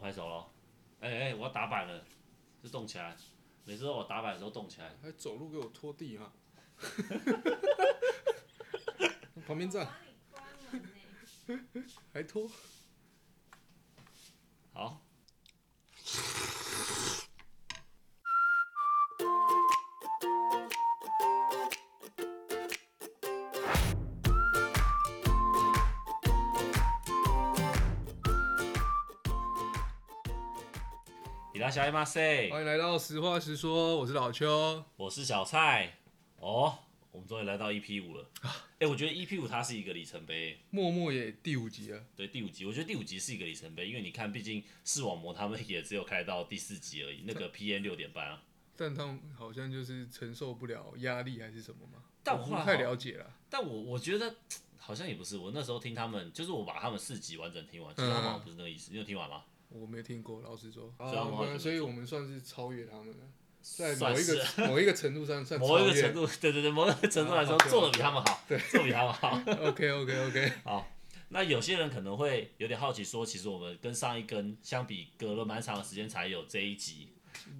拍手喽，哎、哎、我要打板了，就动起来。每次都我打板的时候动起来，还走路给我拖地啊哈，旁边站我帮你关门呢、还拖，好。伊拉小姨妈 say，欢迎来到实话实说，我是老邱，我是小蔡。哦，我们终于来到 EP 五了。哎、我觉得 EP 五它是一个里程碑。默默也第五集了，对第五集，我觉得第五集是一个里程碑，因为你看，毕竟视网膜他们也只有开到第四集而已，那个 PN 六点半啊。但他们好像就是承受不了压力还是什么嘛，但我我不后来太好了解了，但我我觉得好像也不是，我那时候听他们，就是我把他们四集完整听完，其实他们好像不是那个意思。你有听完吗？我没听过，老实说，以我们好像啊，所以我们算是超越他们了，在某算一个是某一个程度上算某一超个程越度，对对对，某一个程度来说，啊，OK，OK 做的比他们好，做得比他们好。 ，OK OK OK，那有些人可能会有点好奇，说其实我们跟上一根相比，隔了蛮长的时间才有这一集。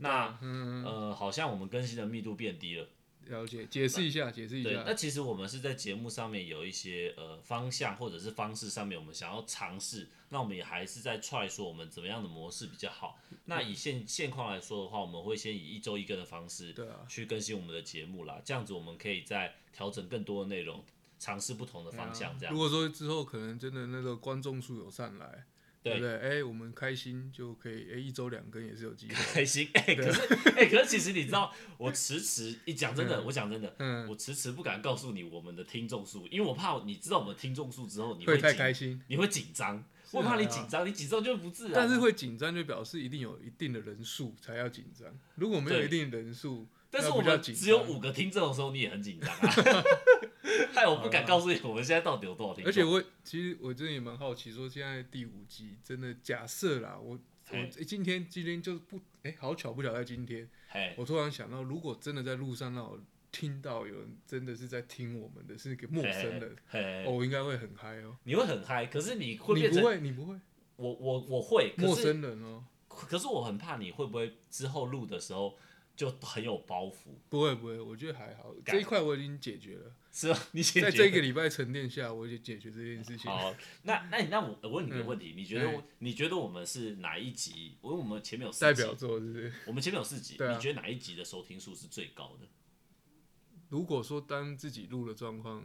那呃，好像我们更新的密度变低了。嗯了解，解释一下，解释一对，下那，其实我们是在节目上面有一些呃方向或者是方式上面，我们想要尝试。那我们也还是在踹说我们怎么样的模式比较好。那以现现况来说的话，我们会先以一周一更的方式对啊，去更新我们的节目啦。这样子我们可以再调整更多的内容，尝试不同的方向。这啊样如果说之后可能真的那个观众数有上来，对对不对？哎、我们开心就可以，哎、一周两更也是有机会。开心。哎，可是哎，可是其实你知 道，我迟迟一讲真的，我讲真的，嗯， 我迟迟不敢告诉你我们的听众数，因为我怕你知道我们听众数之后，你嗯会太紧开心，你会紧张，是我怕你啊紧张，你紧张就不自然。啊但是，会紧张就表示一定有一定的人数才要紧张。如果没有对一定人数，但是那我不叫们紧张只有五个听众的时候，你也很紧张 啊，害我不敢告诉你我们现在到底有多少听众。而且我其实我真的也蛮好奇，说现在第五集真的假设啦，我我、嘿哎今天今天就不哎、好巧不巧在今天，嘿，我突然想到，如果真的在路上让我听到有人真的是在听我们的，是一个陌嘿生人，，嘿嘿哦，我应该会很嗨哦。你会很嗨，可是你会你变不成会，你不会，我我我会，可陌是生人哦，可是我很怕你会不会之后录的时候就很有包袱，不会不会，我觉得还好，干这一块我已经解决了，是吧？你先在觉得这个礼拜沉淀下，我已经解决这件事情。好，那那你那我我问你个问题，你觉得嘿我你觉得我们是哪一集？因为我们前面有四 代集表，作是不是？我们前面有四集，对啊你觉得哪一集的收听数是最高的？如果说当自己录的状况，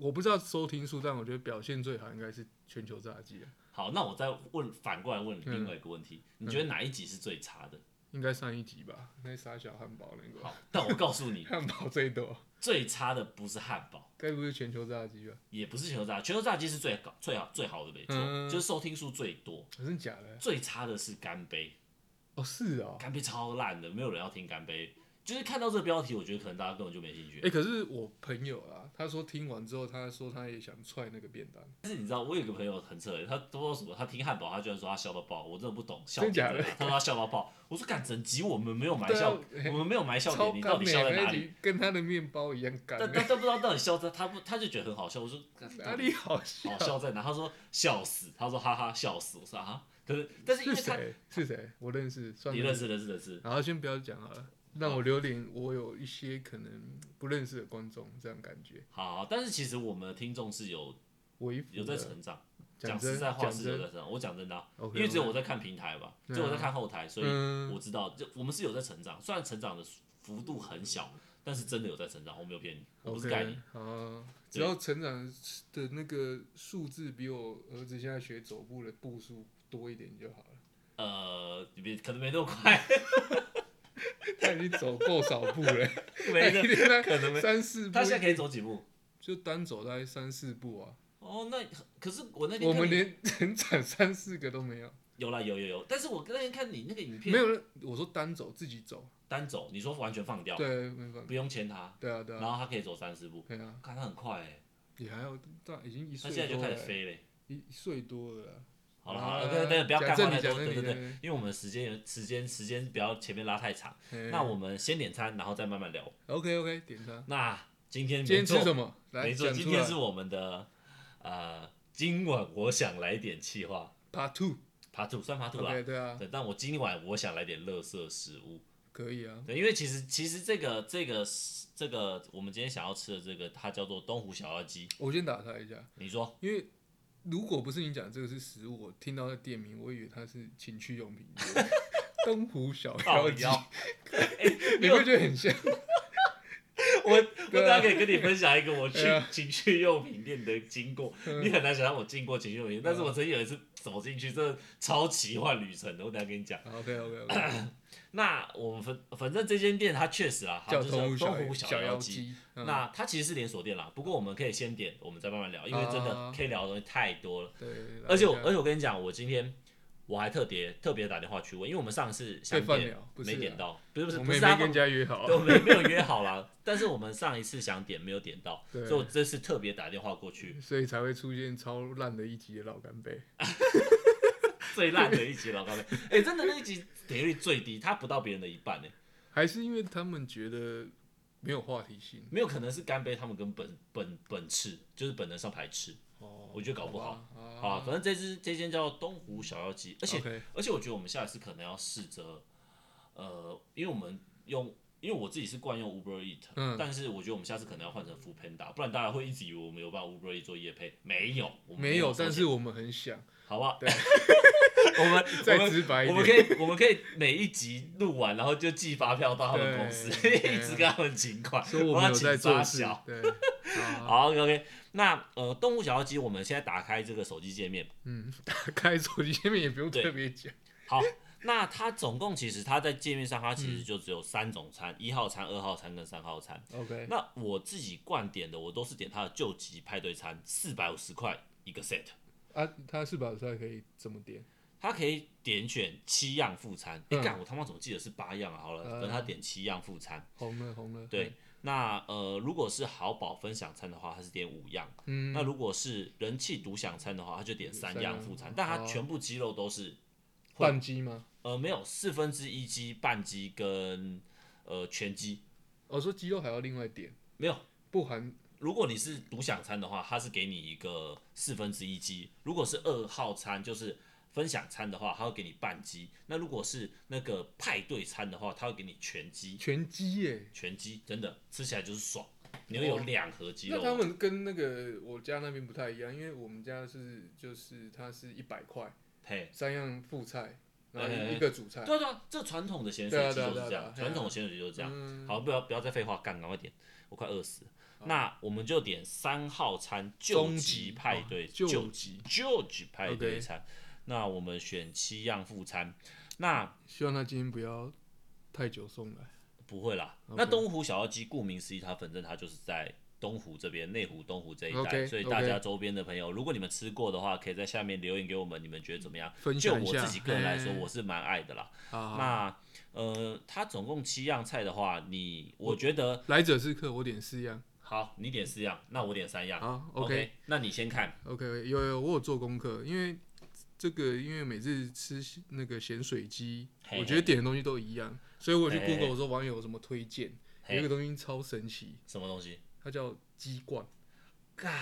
我不知道收听数，但我觉得表现最好应该是《全球炸鸡》啊，好，那我再问反过来问嗯你另外一个问题，你觉得哪一集是最差的？ 应该上一集吧，那傻小汉堡那个，好，但我告诉你，汉堡最多，最差的不是汉堡，该不是《全球炸鸡》吧？也不是全球炸鸡，全球炸鸡是最高、最好、最好的没错，嗯就是收听数最多。真的假的？最差的是干杯，哦，是哦。干杯超烂的，没有人要听干杯。就是看到这个标题，我觉得可能大家根本就没兴趣。哎、可是我朋友啦，他说听完之后，他说他也想踹那个便当，但是你知道，我有一个朋友很扯，他不知道什么，他听汉堡，他居然说他笑到爆，我真的不懂，笑真点假在的哪 他说他笑到爆，我说干整集我们没有埋对啊笑，嘿我们没有埋笑超点，你到干底美，笑在那哪一里？集跟他的面包一样干 但，但但不知道到底笑在，他不他就觉得很好笑，我说干哪里好笑？好笑在哪？他说笑死，他说哈哈笑死，我说啊，可是但是因是为他谁？是谁？我认识，算你了认识认识认识，然后先不要讲好了，让我留点我有一些可能不认识的观众，这样感觉。好，好但是其实我们的听众是有微服的有在成长，讲讲真实在话讲是有在真，成长，我讲真的啊， OK，因为只有 OK 我在看平台吧，嗯只有我在看后台，所以嗯我知道，就我们是有在成长，虽然成长的幅度很小，但是真的有在成长，我没有骗你，我不是盖你 OK，。好，只要成长的那个数字比我儿子现在学走步的步数多一点就好了。呃，别可能没那么快， 他已经走够少步了， 没那那可能没三四步他，现在可以走几步？就单走大概三四步啊。哦，那可是我那天我看们你连成长三四个都没有，有啦有有有，但是我那天看你那个影没片有。我说单走自己走，单走，你说完全放掉，对，没办法，不用牵他，对啊，对啊，然后他可以走三四步，对啊，看他很快哎，你还要大，已经一他岁现在就多开始了欸飞嘞。一一岁多了啦。好了啊好了，等等等，不要干话讲正太题，多，讲正对题，对对，对因为我们时间有时间时间不要前面拉太长，对那我们先点餐，然后再慢慢聊。 OK OK 点餐。那今天嗯今天吃没错什么？来没错，讲今出天来是。我们的呃，今晚我想来点气话 Part Two，爬兔算爬兔啦。 OK，对啊，对，但我今晚我想来点乐色食物。可以啊，对，因为其实其实这个这个这个我们今天想要吃的这个，它叫做东湖小妖姬。我先打他一下，你说因为如果不是你讲这个是食物，我听到的店名，我以为它是情趣用品 店。东湖小妖靠姬，腰？ 你会觉得很像？我哎我等对啊下可以跟你分享一个我去对啊情趣用品店的经过，嗯你很难想象我进过情趣用品店，但是我曾经有一次走进去，真的超奇幻旅程的，我等下跟你讲。 OK OK OK，那我们反反正这间店它确实啊，它叫就是东东湖湖小小妖妖姬。姬。嗯那它其实是连锁店啦，不过我们可以先点，我们再慢慢聊，因为真的啊可以聊的东西太多了。对，啊而且我来一下而且我跟你讲，我今天我还特别特别打电话去问，因为我们上次被想放点了，不是没啊点，到，不是不是我不们是也没他跟人家约好 对，啊。我们也没有约好啦。但是我们上一次想点没有点到，对所以我这次特别打电话过去，所以才会出现超烂的一集的老干杯。最烂的一集老 高妹，哎、真的那一集点击率最低，它不到别人的一半呢、还是因为他们觉得没有话题性没有可能是干杯，他们跟本本本次就是本能上排斥哦我觉得搞不好好吧啊。反正这只这间叫东湖小妖姬，而且 OK 而且我觉得我们下一次可能要试着，呃，因为我们用，因为我自己是惯用 Uber Eat，、嗯但是我觉得我们下次可能要换成 Food Panda，不然大家会一直以为我们有办 Uber Eat 做业配，没有，我们没有有，收钱，但是我们很想好不好？对 我们我再们直白一我们点。可以我们可以每一集录完，然后就寄发票到他们公司，对 啊一直跟他们请款，说我我们要有请在做发事小。，对，好啊好，OK OK，那呃，动物小妖姬，我们现在打开这个手机界面，嗯， 打开手机界面也不用对特别讲，好，那它总共其实它在界面上，它其实就只有三种餐：一、号餐、二号餐跟三号餐。 OK，那我自己惯点的，我都是点它的救急派对餐，四百五十块一个 set，啊，他是把菜可以怎么点？它可以点选七样副餐。哎、嗯干、我他妈怎么记得是八样啊？好了，嗯反正他点七样副餐。红了红了，对，那呃，如果是好宝分享餐的话，它是点五样；嗯，那如果是人气独享餐的话，它就点三样副餐，但它哦全部鸡肉都是半鸡吗？呃，没有四分之一鸡、半鸡跟呃全鸡，我哦说鸡肉还要另外点，没有。不含如果你是独享餐的话，它是给你一个四分之一鸡；如果是二号餐，就是分享餐的话，它会给你半鸡；那如果是那个派对餐的话，它会给你全鸡，全鸡耶。全鸡真的吃起来就是爽，你会有两盒鸡那肉他哦。们跟那个我家那边不太一样，因为我们家是就是它是一百块嘿，三样副菜，然哎哎后哎一个主菜，对啊对啊，这传统的咸对水啊鸡对啊就是对啊这对啊样，对啊传统的咸水鸡就是这样。嗯，好，不要不要再废话，干，赶快点，我快饿死了。那我们就点三号餐救终急极派哦对，救救急救急派对 OK 餐。那我们选七样副餐，那希望他今天不要太久送来。不会啦。那东湖小妖姬，顾名思义，它反正它就是在东湖这边，内湖、东湖这一带 OK，所以大 OK 家周边的朋友，如果你们吃过的话，可以在下面留言给我们，你们觉得怎么样？分就享一我下自己个人来说，嘿我是蛮爱的啦。好，好那呃，它总共七样菜的话，你我觉得来者是客，我点四样。好，你点四样，那我点三样。好 OK，那你先看。 OK，有有，我有做功课，因为这个，因为每次吃那个咸水鸡，嘿我觉得点的东西都一样，所以我去嘿 Google 我说网友有什么推荐，嘿有一个东西超神奇，什么东西？它叫鸡冠。干，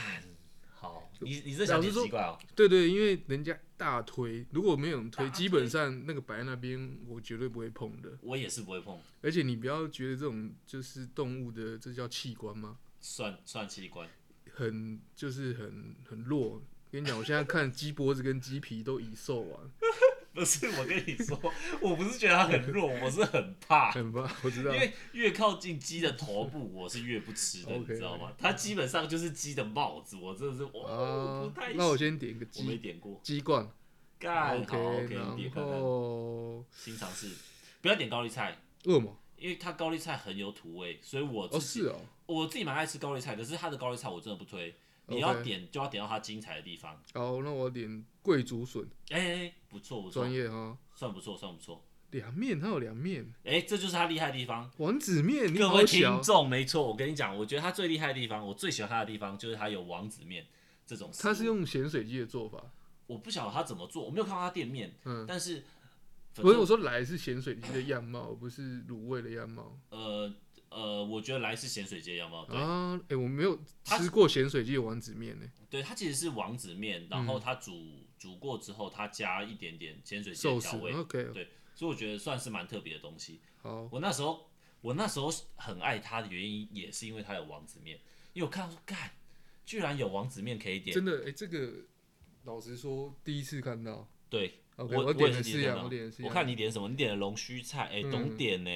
好，你你这老想实点说奇怪哦。对对，因为人家大推，如果没有人推，大推基本上那个摆在那边我绝对不会碰的。我也是不会碰，而且你不要觉得这种就是动物的，这叫器官吗？算算器官。很就是很很弱。跟你讲，我现在看鸡脖子跟鸡皮都已售完，不是，我跟你说， 我不是觉得它很弱，我是很怕，很棒，我知因道。为越靠近鸡的头部，我是越不吃的，你 OK，知道吗？它基本上就是鸡的帽子，我真的是哦，啊不太。那我行。先点个我没鸡点过，鸡冠干好，OK，，OK，你点然看看，后新尝试，不要点高丽菜，恶魔因为它高丽菜很有土味，所以我哦自己是哦我自己蛮爱吃高丽菜，可是它的高丽菜我真的不推。你 OK 要点就要点到它精彩的地方。好，那我点贵竹笋，哎、哎不错不错专，业哈，算不错算不错。凉面它有凉面，哎、这就是它厉害的地方。丸子面，你各位好听小，众，没错，我跟你讲，我觉得它最厉害的地方，我最喜欢它的地方就是它有王子面这种食物。它是用咸水鸡的做法，我不晓得它怎么做，我没有看到它店面，嗯，但是反不是正我说来是咸水鸡的样貌，不是卤味的样貌呃呃，我觉得来是咸水街，有没有？对，啊，哎，我没有它吃过咸水鸡的丸子面呢，嗯对，它其实是王子面，然后它煮、煮过之后，它加一点点潜水寿蟹司嗯调味， ，OK，所以我觉得算是蛮特别的东西。好，我那时候我那时候很爱它的原因，也是因为它有王子面，因为我看到说干，居然有王子面可以点，真的，哎，这个老实说，第一次看到对，OK，我我点也的是是啊点样，我点的是我样，看你点什么，你点了龙须菜，哎、懂点呢、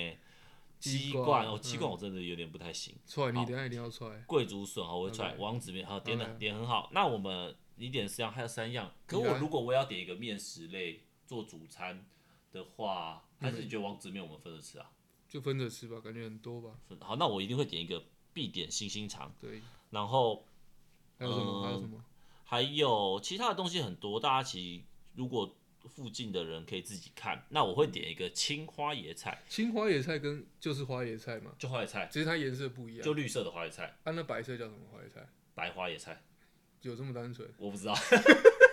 鸡鸡冠冠哦，鸡嗯冠我真的有点不太行。踹，你等一下一定要踹，贵竹笋好我会拜踹，拜王子面好点的拜拜点很好。那我们你点四样，还有三样。可你我来如果我要点一个面食类做主餐的话，嗯还是你觉得王子面我们分着吃啊？就分着吃吧，感觉很多吧，分好，那我一定会点一个必点星星肠，对，然后还有什么？嗯还有什么？还有其他的东西很多，大家其实如果附近的人可以自己看。那我会点一个青花椰菜，青花野菜跟就是花野菜嘛，就花椰菜，只是它颜色不一样就。绿色的花椰菜，啊，那白色叫什么花野菜？白花椰菜，有这么单纯我不知道，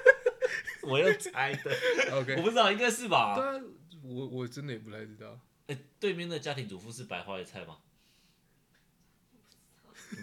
我又猜的， ？OK，我不知道应该是吧？当然，我我真的也不太知道。哎、对面的家庭主妇是白花椰菜吗？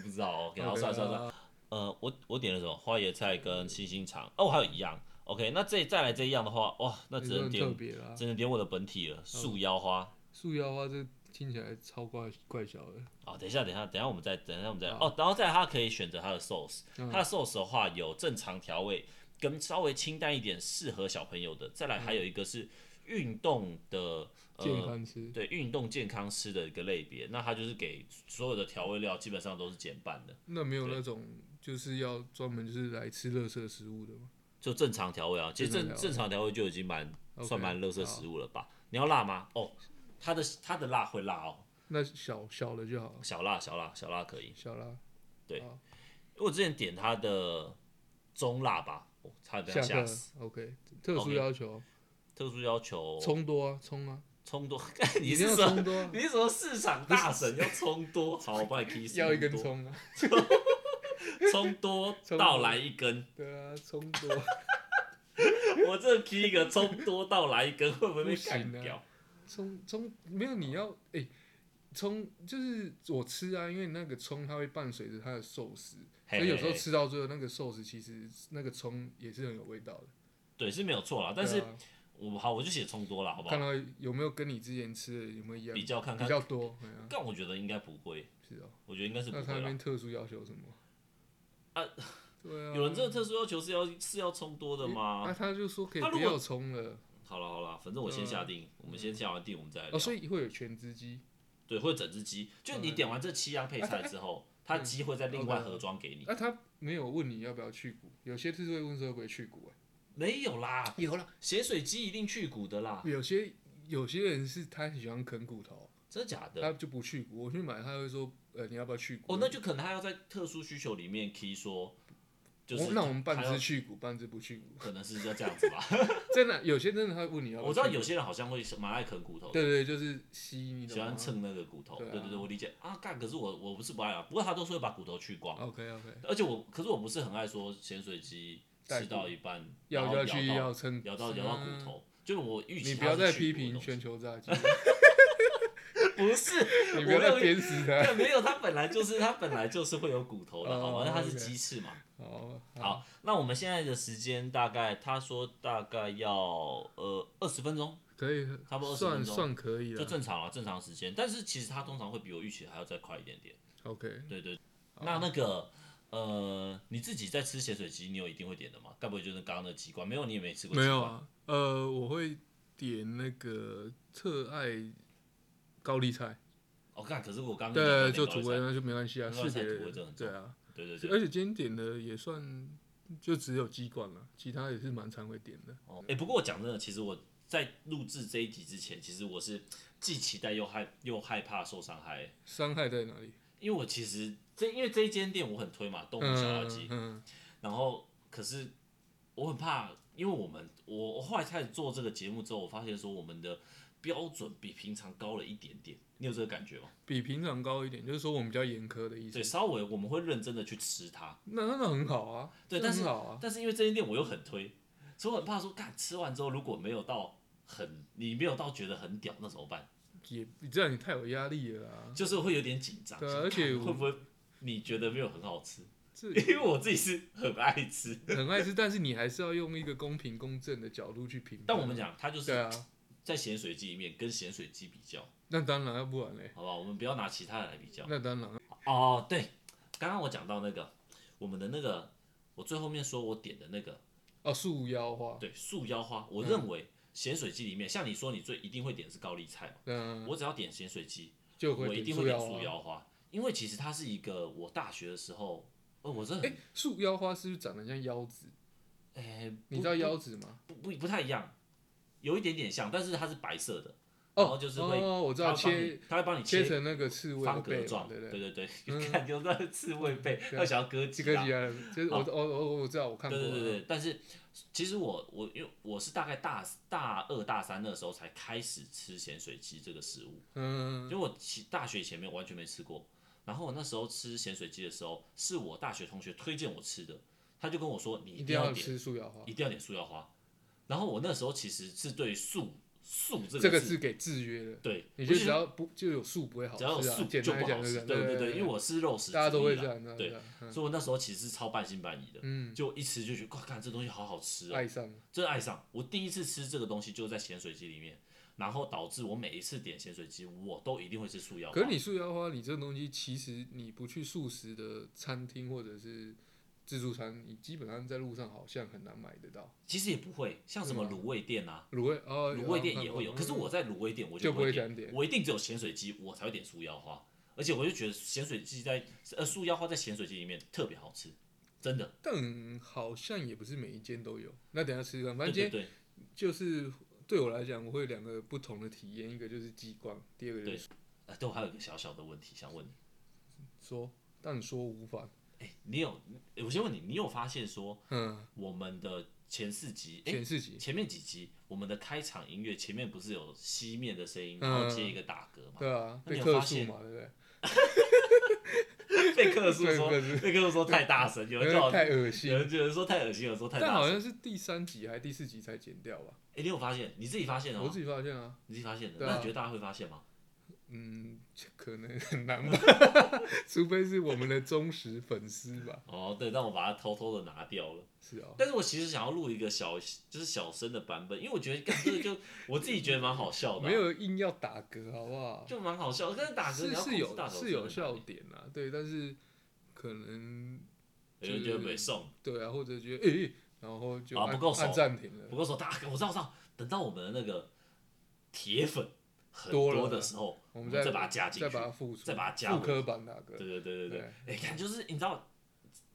不知道，OK，好， OK，算了算了算了。啊呃，我我点了什么花椰菜嗯跟星星肠，哦，还有一样，OK，那这再来这一样的话，哇，那你只能说很特点别啊嗯啦。只能点我的本体了，树腰花。树腰花这听起来超怪怪小的，哦，等一下，等一下，等一下，我们再，等一下，我们再，好哦，然后再来它可以选择它的 sauce，嗯它的 sauce 的话有正常调味，跟稍微清淡一点，适合小朋友的。再来还有一个是运动的，呃，嗯健康吃。对运动健康吃的一个类别，那它就是给所有的调味料基本上都是减半的，那没有那种就是要专门就是来吃垃圾食物的吗？就正常调味啊。其实正常正调味正常调味就已经蛮 OK，算蛮垃圾食物了吧？你要辣吗？哦，它的它的辣会辣哦，那小小的就好，小辣小辣小辣可以。小啦。我之前点它的中辣吧，哦，差点被它下吓课死。 ，OK，特殊 OK 要求，特殊要求葱多啊，葱啊，冲多，一哦你定是要什么？葱 多啊，你是什么市场大神要冲多？好，我帮你 k 要一根，葱啊，冲多 葱多到来一根。 对啊，葱多，我这 k 一个葱多到来一根，会不会被不行干啊掉？葱葱没有你要哎。葱就是我吃啊，因为那个葱它会伴随着它的寿司，所嘿以有时候嘿嘿吃到最后那个寿司其实那个葱也是很有味道的。对是没有错啦，但对是啊我好我就写葱多啦，好不看好？到有没有跟你之前吃的有没有一样，比较看比看，较多，哎呀但我觉得应该不会，是哦。我觉得应该是不那他会那啦。边特殊要求什么？啊，对啊，有人这个特殊要求是要是要葱多的那吗？他就说可以他不如果要葱了好了好了，反正我先下定，我们先下完定，我们再来嗯哦，哎聊。所以会有全只鸡，对，会有整只鸡，就你点完这七样配菜之后，啊它鸡会再另外盒装给你。那啊他没有问你要不要去骨，有些是会问说会不会去哎骨，没有啦，有了，血水鸡一定去骨的啦，有些有些人是他喜欢啃骨头，真的假的？他就不去骨，我去买他会说，呃，你要不要去骨？哦，那就可能他要在特殊需求里面 key 说，就哦是那我们半他要只去骨，半只不去骨，可能是要这样子 吧。真的有些真的他会问你要不要，我知道，有些人好像会蛮爱啃骨头的，对对，就是吸你懂喜欢吗蹭那个骨头。对啊对对对，我理解啊，干。可是我我不是不爱啊，不过他都是会把骨头去光， ？OK OK，而且我可是我不是很爱说咸水鸡带吃到一半，然要后要咬去到要撑，嗯咬到咬到骨头，就是我预期你不它要是再去骨批的评东西全球炸鸡， 不是， 你我不没要有再鞭死他。 干没有，它本来就是它本来就是会有骨头的，好哦吗？那它是 OK 鸡翅嘛。好，好，那我们现在的时间大概，他说大概要呃二十分钟，可以，差不多20算分钟算可以啊就了。正常了，正常时间。但是其实他通常会比我预期还要再快一点点。 OK，对对，哦那那个呃，你自己在吃咸水鸡，你有一定会点的吗？该不会就是刚刚那鸡冠？没有，你也没吃过。没有。啊，呃，我会点那个特爱高丽菜，我、哦、看，可是我刚刚讲的对，做那个土高味丽菜那就没关系啊，高丽是菜别土味真的人很对重啊，对对对。而且今天点的也算就只有鸡冠了，其他也是蛮常会点的。哦，哎、不过我讲真的，其实我在录制这一集之前，其实我是既期待又害又害怕受伤害、伤害在哪里？因为我其实这因为这一间店我很推嘛，动物小妖姬嗯，嗯，然后可是我很怕，因为我们我我后来开始做这个节目之后，我发现说我们的标准比平常高了一点点，你有这个感觉吗？比平常高一点，就是说我们比较严苛的意思对，。稍微我们会认真的去吃它，那那很好啊，对这但是很好啊，但是因为这间店我又很推，所以我很怕说，干吃完之后如果没有到很你没有到觉得很屌，那怎么办？也这样也太有压力了啊。就是会有点紧张，对啊想而且干我会不会你觉得没有很好吃？ 这因为我自己是很爱吃，很爱吃，但是你还是要用一个公平公正的角度去评判。但我们讲它就对是啊，在咸水鸡里面跟咸水鸡比较，那当然，要不然嘞，好吧？我们不要拿其他的来比较。那当然，哦，对，刚刚我讲到那个我们的那个，我最后面说我点的那个哦，素腰花，对素腰花，我嗯认为咸水鸡里面，像你说你最一定会点的是高丽菜嘛，嗯，我只要点咸水鸡，就我一会定素会点腰啊素花。腰花，因为其实它是一个我大学的时候，哦，我真的很素腰花是不是长得像腰子？哎、你知道腰子吗？不不不太一样，有一点点像，但是它是白色的，然后哦，就是会，哦，我知道它会帮你切它会帮你切成那个刺猬的方格背嘛，状，对不对对？对对，看就那刺猬背，对啊要想要割这几个啊几，啊，就是我我我我知道我看过对对对了，啊对，但是其实我我因为我是大概大大二大三的时候才开始吃咸水鸡这个食物，因嗯为我其大学以前没有完全没吃过。然后我那时候吃咸水鸡的时候，是我大学同学推荐我吃的，他就跟我说你一一定定要点，吃素腰花一，定要点素腰花。然后我那时候其实是对素素这这个个字，是给制约的，对，你我就就觉只得要不就有素不会好只吃要有啊素，简就单不来讲好就是吃，这样对对对对，因为我是肉食主义啦，大家都会这样的，对，啊，嗯所以我那时候其实是超半信半疑的，嗯，就一吃就觉得，哇，看这东西好好吃哦，爱上了真爱上。我第一次吃这个东西就是在咸水鸡里面，然后导致我每一次点咸水鸡，我都一定会吃素腰花。可是你素腰花，你这个东西其实你不去素食的餐厅或者是自助餐，你基本上在路上好像很难买得到。其实也不会，像什么卤味店啊，卤味哦，卤味店也会有。嗯可是我在卤味店我就不不会会点想，点我一定只有咸水鸡，我才会点素腰花。而且我就觉得咸水鸡在呃素腰花在咸水鸡里面特别好吃，真的。但好像也不是每一间都有。那等一下吃吃看，反对正今对天对，就是对我来讲，我会有两个不同的体验，一个就是激光，第二个就是呃，对我还有一个小小的问题想问你，说，但说无妨。哎，你有我先问你，你有发现说嗯，我们的前四集，哎，显示级，前面几集我们的开场音乐前面不是有熄灭的声音，嗯然后接一个打嗝嘛？对啊，那你被有克发数现嘛，对不对？ 被客诉说，对 对被客诉说太大 声，有人叫我， 太恶心有。人有人说太恶心，有人说太但大好声。像是第三集还是第四集才剪掉吧？哎，你有发现？你自己发现的我吗？自己发现啊，你自己发现的，对啊那你觉得大家会发现吗？嗯，可能很难 吧，除非是我们的忠实粉丝吧。哦，对，但我把它偷偷的拿掉了。是啊、但是我其实想要录一个小，就是小声的版本，因为我觉得干这个就我自己觉得蛮好笑的啊、 没有硬要打嗝，好不好？就蛮好笑。但是打嗝是你要控是制有大小声是有在哪笑里，点啊，对，但是可能有人觉得没送。对啊，或者觉得诶、然后就啊按、不够熟按暂停了不。过说大哥，我知道，我知道，等到我们的那个铁粉很多了多的时候，我我们再再把它加进再去把。它复出，再把它加回复刻版打嗝。对对对对对，哎对、看就是你知道，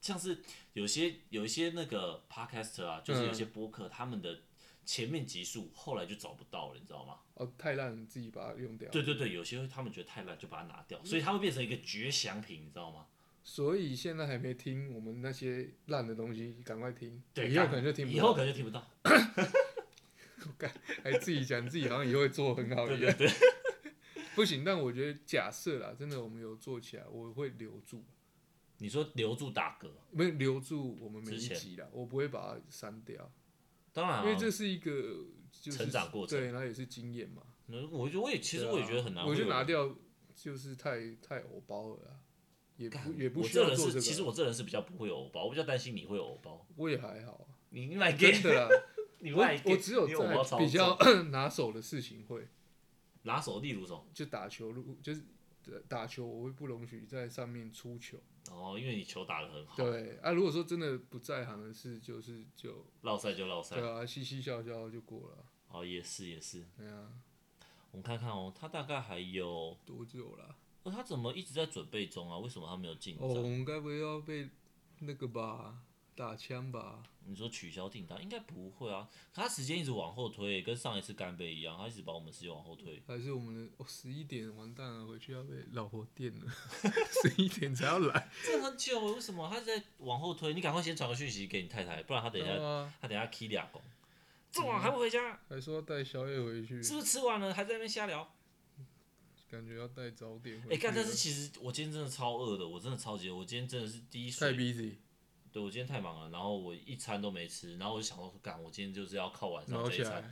像是有些有一些那个 podcaster 啊，就是有嗯些播客、他们的前面集数后来就找不到了，你知道吗？哦，太烂，自己把它用掉。对对对，有些会他们觉得太烂就把它拿掉，所以它会变成一个绝响品，你知道吗？所以现在还没听我们那些烂的东西，赶快听。对，以后可能就听不以到后可能就听不到。还哎自己讲自 己好像也会做很好对一对样，对， 不行。但我觉得假设啦，真的我们有做起来，我会留住，你说留住打嗝，不是留住我们每一之前集啦，我不会把它删掉，当然、啊，因为这是一个就是成长过程对，然后也是经验嘛。嗯我就我也其实我也觉得很难对啊会我有人，就拿掉，就是太太偶包了啦，也不干也不我需这要人做是，这个啦。啊其实我这人是比较不会有偶包，我比较担心你会有偶包。我也还好啊，你卖给真的啦。 你卖我给我只有你偶包在超比较 重拿手的事情会，拿手，例如什么？就打球路就是。打球我会不容许在上面出球，哦，因为你球打得很好，对啊，如果说真的不在行的事，就是就绕赛就绕赛。对啊，嘻嘻笑笑就过了，哦，也是也是，对啊，我们看看哦，他大概还有，多久了？哦，他怎么一直在准备中啊？为什么他没有进哦，展？我们该不会要被那个吧，打枪吧？你说取消订单应该不会啊，可他时间一直往后推，跟上一次干杯一样，他一直把我们时间往后推。还是我们的哦，十一点完蛋了，回去要被老婆电了， 十一点才要来，这很久，为什么他在往后推？你赶快先传个讯息给你太太，不然他等一下、啊，他等一下 k 俩公，嗯这么晚还不回家，还说要带宵夜回去，是不是吃完了还在那边瞎聊？感觉要带早点回哎、去了。干！啊但是其实我今天真的超饿的，我真的超级饿。我今天真的是第一太水， busy，对我今天太忙了，然后我一餐都没吃，然后我就想说，干，我今天就是要靠晚上然后这一起餐。来，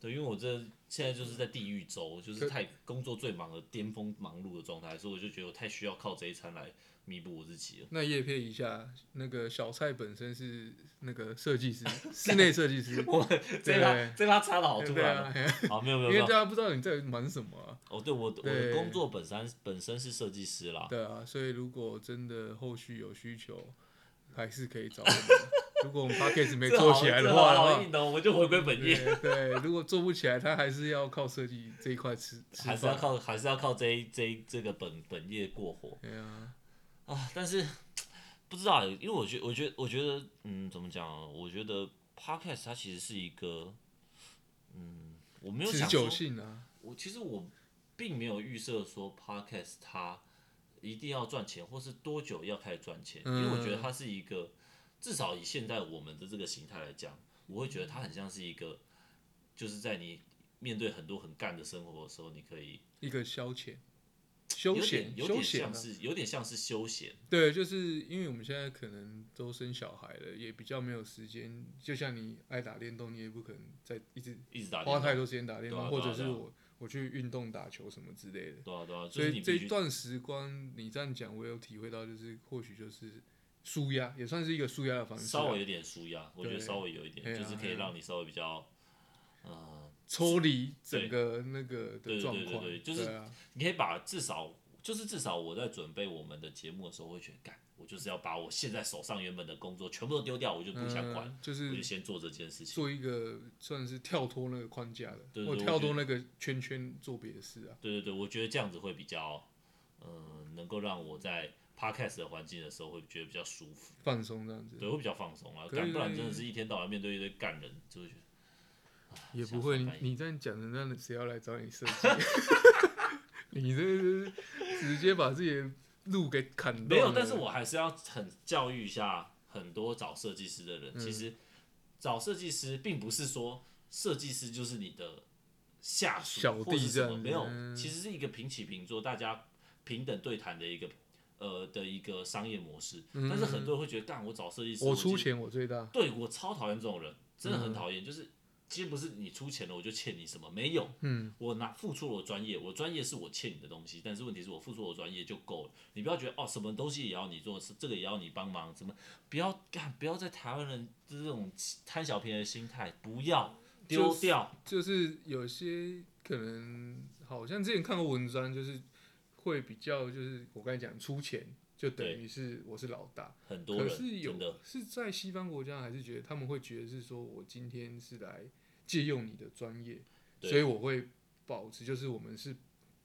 对，因为我这现在就是在地狱周，就是可太工作最忙的巅峰忙碌的状态，所以我就觉得我太需要靠这一餐来弥补我自己了。那叶片一下，那个小蔡本身是那个设计师， 室内设计师。我这一趴对这一趴插的好突对然啊哦，， 嘿好没有没有没因为有大，家不知道你在忙什么啊。哦对我我的对工作本身本身是设计师啦，对啊，所以如果真的后续有需求，还是可以找 我们。如果我们 p a c k a g e 没这做好起来这的好话，的好话硬哦，我们就回归本业，对对，如果做不起来，他还是要靠设计这一块吃吃还是要饭。靠还是要靠这一这一这个本本业过活。对啊，啊，但是不知道欸，因为我觉我觉我觉得，嗯，怎么讲啊？我觉得 podcast 它其实是一个，嗯，我没有持想久说，性啊，我其实我并没有预设说 podcast 它一定要赚钱，或是多久要开始赚钱，因为我觉得嗯它是一个，至少以现在我们的这个形态来讲，我会觉得它很像是一个，就是在你面对很多很干的生活的时候，你可以一个消遣、休有闲点、有休点闲像啊。是有点像是休闲，对，就是因为我们现在可能都生小孩了，也比较没有时间。就像你爱打电动，你也不可能再一直一直打电花话。太多时间打电对啊动，对或啊者是对啊我我去运动、打球什么之类的。对啊，对啊，就所是你以这必须一段时光，你这样讲，我有体会到，就是或许就是舒压，也算是一个舒压的方式啊，稍微有点舒压，我觉得对稍微有一点，对啊就是可以让你稍微比较，呃，抽离对整个那个对对的状对对况，对就是对啊，你可以把至少就是至少我在准备我们的节目的时候，我会觉得干，我就是要把我现在手上原本的工作全部都丢掉，我就不想管，嗯，就我是就先做这件事情。做一个算是跳脱那个框架的，对对或对跳我觉脱那个圈圈做别的事啊，对对对，我觉得这样子会比较，呃，能够让我在 podcast 的环境的时候会觉得比较舒服，放松这样子，对，会比较放松啊。可以干不然真的是一天到晚面对一堆干人，就会觉得也不会，想你法你这样讲的，那谁要来找你设计？ 你这是直接把自己的路给砍断了。没有，但是我还是要很教育一下很多找设计师的人。嗯其实找设计师并不是说设计师就是你的下属小弟或是什这么，样没有，嗯其实是一个平起平坐，大家平等对谈的一个呃的一个商业模式。但是很多人会觉得，干我找设计师，嗯我就出，钱，嗯我最大。对我超讨厌这种人，真的很讨厌，就是。其实不是你出钱了我就欠你什么，没有，嗯，我拿付出了我专业，我专业是我欠你的东西，但是问题是我付出我专业就够了，你不要觉得哦什么东西也要你做，是这个也要你帮忙，什么不要干，不要在台湾人这种贪小便宜的心态，不要丢掉，就是有些可能好像之前看过文章，就是会比较就是我刚才讲出钱，就等于是我是老大。很多可人是真的有是在西方国家，还是觉得他们会觉得是说我今天是来借用你的专业，对所以我会保持就是我们是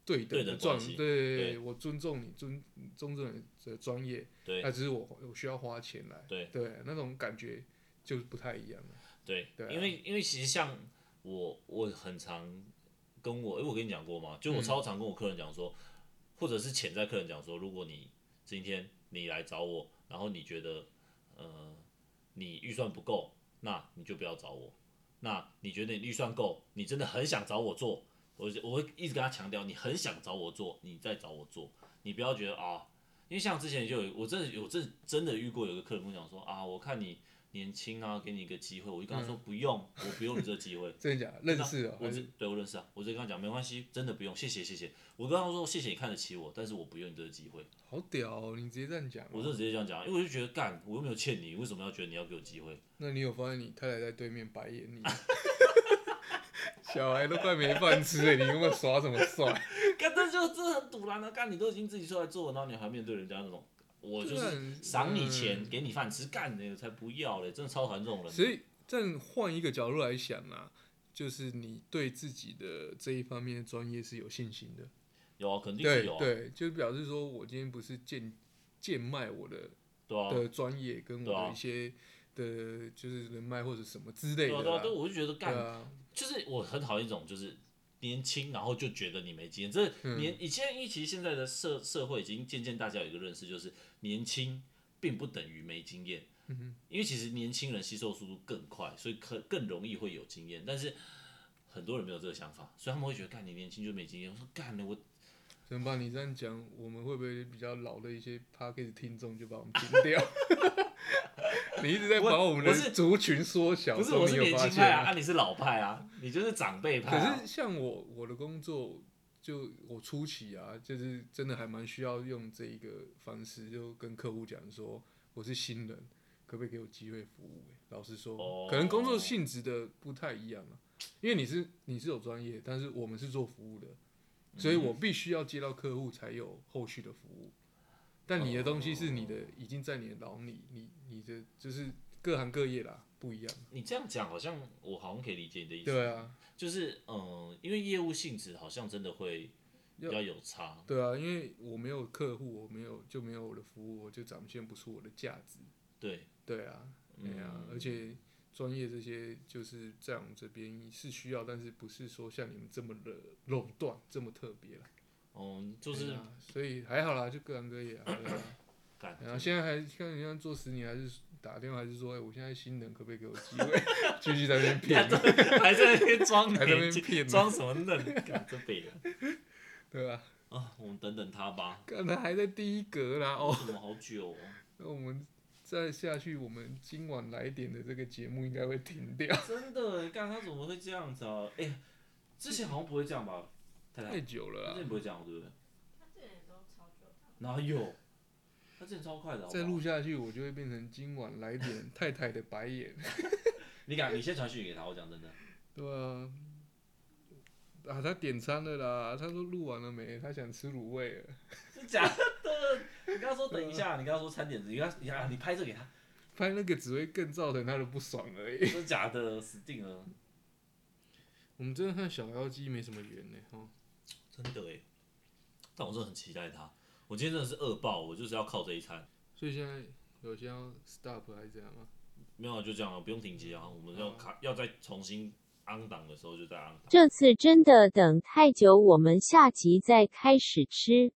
对对等等的状关系，对对我尊重你尊尊重你的专业，对那只是我我需要花钱来，对那种感觉就不太一样了。对，对啊因为因为其实像我，我很常跟我，因为我跟你讲过嘛，嗯就我超常跟我客人讲说，或者是潜在客人讲说，如果你今天你来找我，然后你觉得呃你预算不够，那你就不要找我。那你觉得你预算够，你真的很想找我做，我就我会一直跟他强调，你很想找我做，你再找我做，你不要觉得啊，因为像之前就有我真的有真真的遇过有个客人跟我讲说啊，我看你年轻啊，给你一个机会，我就跟他嗯说不用，我不用你这个机 会，真的假的？认识啊？我还是是对我认识啊，我就跟他讲没关系，真的不用，谢谢谢谢。我跟他说谢谢你看得起我，但是我不用你这个机会，好屌、哦，你直接这样讲、我就直接这样讲，因为我就觉得干，我又没有欠你，为什么要觉得你要给我机会？ 那你有发现你太太在对面白眼你？ 小孩都快没饭吃了，你他妈耍什么帅？干这就这很堵然啊！干你都已经自己出来做了，然后你还面对人家那种，我就对啊是嗯赏你钱、给你饭吃，干的才不要嘞！真的超讨厌这种人。所以，这样换一个角度来想啊，就是你对自己的这一方面的专业是有信心的。有啊，肯定是对有啊，对对，就表示说我今天不是贱贱卖我的啊，的专业跟对我啊的一些的，就是人脉或者什么之类对啊，的对啊，啦。对啊，我就觉得干对，啊，就是我很讨厌这种就是年轻，然后就觉得你没经验。这嗯年以前，一其实现在的社社会已经渐渐大家有一个认识，就是年轻并不等于没经验。嗯因为其实年轻人吸收速度更快，所以可更容易会有经验。但是很多人没有这个想法，所以他们会觉得，干你年轻就没经验。我说干了，我能把你这样讲，我们会不会比较老的一些 p a r k e t 听众就把我们停掉？ 你一直在把我们不是的族群缩小，不是，终于我是有年发轻现派啊，了啊你是老派啊，你就是长辈派、啊。可是像我我的工作，就我初期啊，就是真的还蛮需要用这一个方式，就跟客户讲说我是新人，可不可以给我机会服务、欸老实说，哦可能工作性质的不太一样啊，因为你是你是有专业，但是我们是做服务的，所以我必须要接到客户才有后续的服务。但你的东西是你的，已经在你的脑里，你你的就是各行各业啦，不一样。你这样讲，好像我好像可以理解你的意思。对啊，就是嗯、呃因为业务性质好像真的会比较有差。对啊，因为我没有客户，我没有就没有我的服务，我就展现不出我的价值。对，对啊，对啊，嗯而且专业这些就是在我们这边是需要，但是不是说像你们这么的垄断这么特别啦。嗯，就是对啊所以还好啦，就各行各业啊。对 啊感然后现在还看人家做十年，还是打电话还是说，哎、我现在新人可不可以给我机会？继续在那边骗， 还在那边装还在那年边轻，骗，装什么嫩？干这北人 对吧、啊，我们等等他吧。刚才还在第一格啦，哦。为什么好久哦？那我们再下去，我们今晚来点的这个节目应该会停掉，哦真的，欸干他怎么会这样子啊？哎、之前好像不会这样吧？太太，太久了之啊啦。前不会这样，对不对？他这人都超久的，哪有？他之前超快的好不好再录下去，我就会变成今晚来点太太的白 眼。你敢？你先传讯给他，我讲真的。对啊，啊，他点餐了啦，他说录完了没？他想吃卤味了， 是假的。你刚刚说等一下，你刚刚说餐点子，你刚你啊看你拍这给 他，拍那个只会更造成他的不爽而已。是假的，死定了。我们真的和小妖姬没什么缘呢、哦，真的哎，但我真的很期待他。我今天真的是饿爆，我就是要靠这一餐。所以现在有些要 stop 还是怎样吗？没有啊就这样了，不用停机啊。我们要卡，要再重新昂档的时候就再昂档。这次真的等太久，我们下集再开始吃。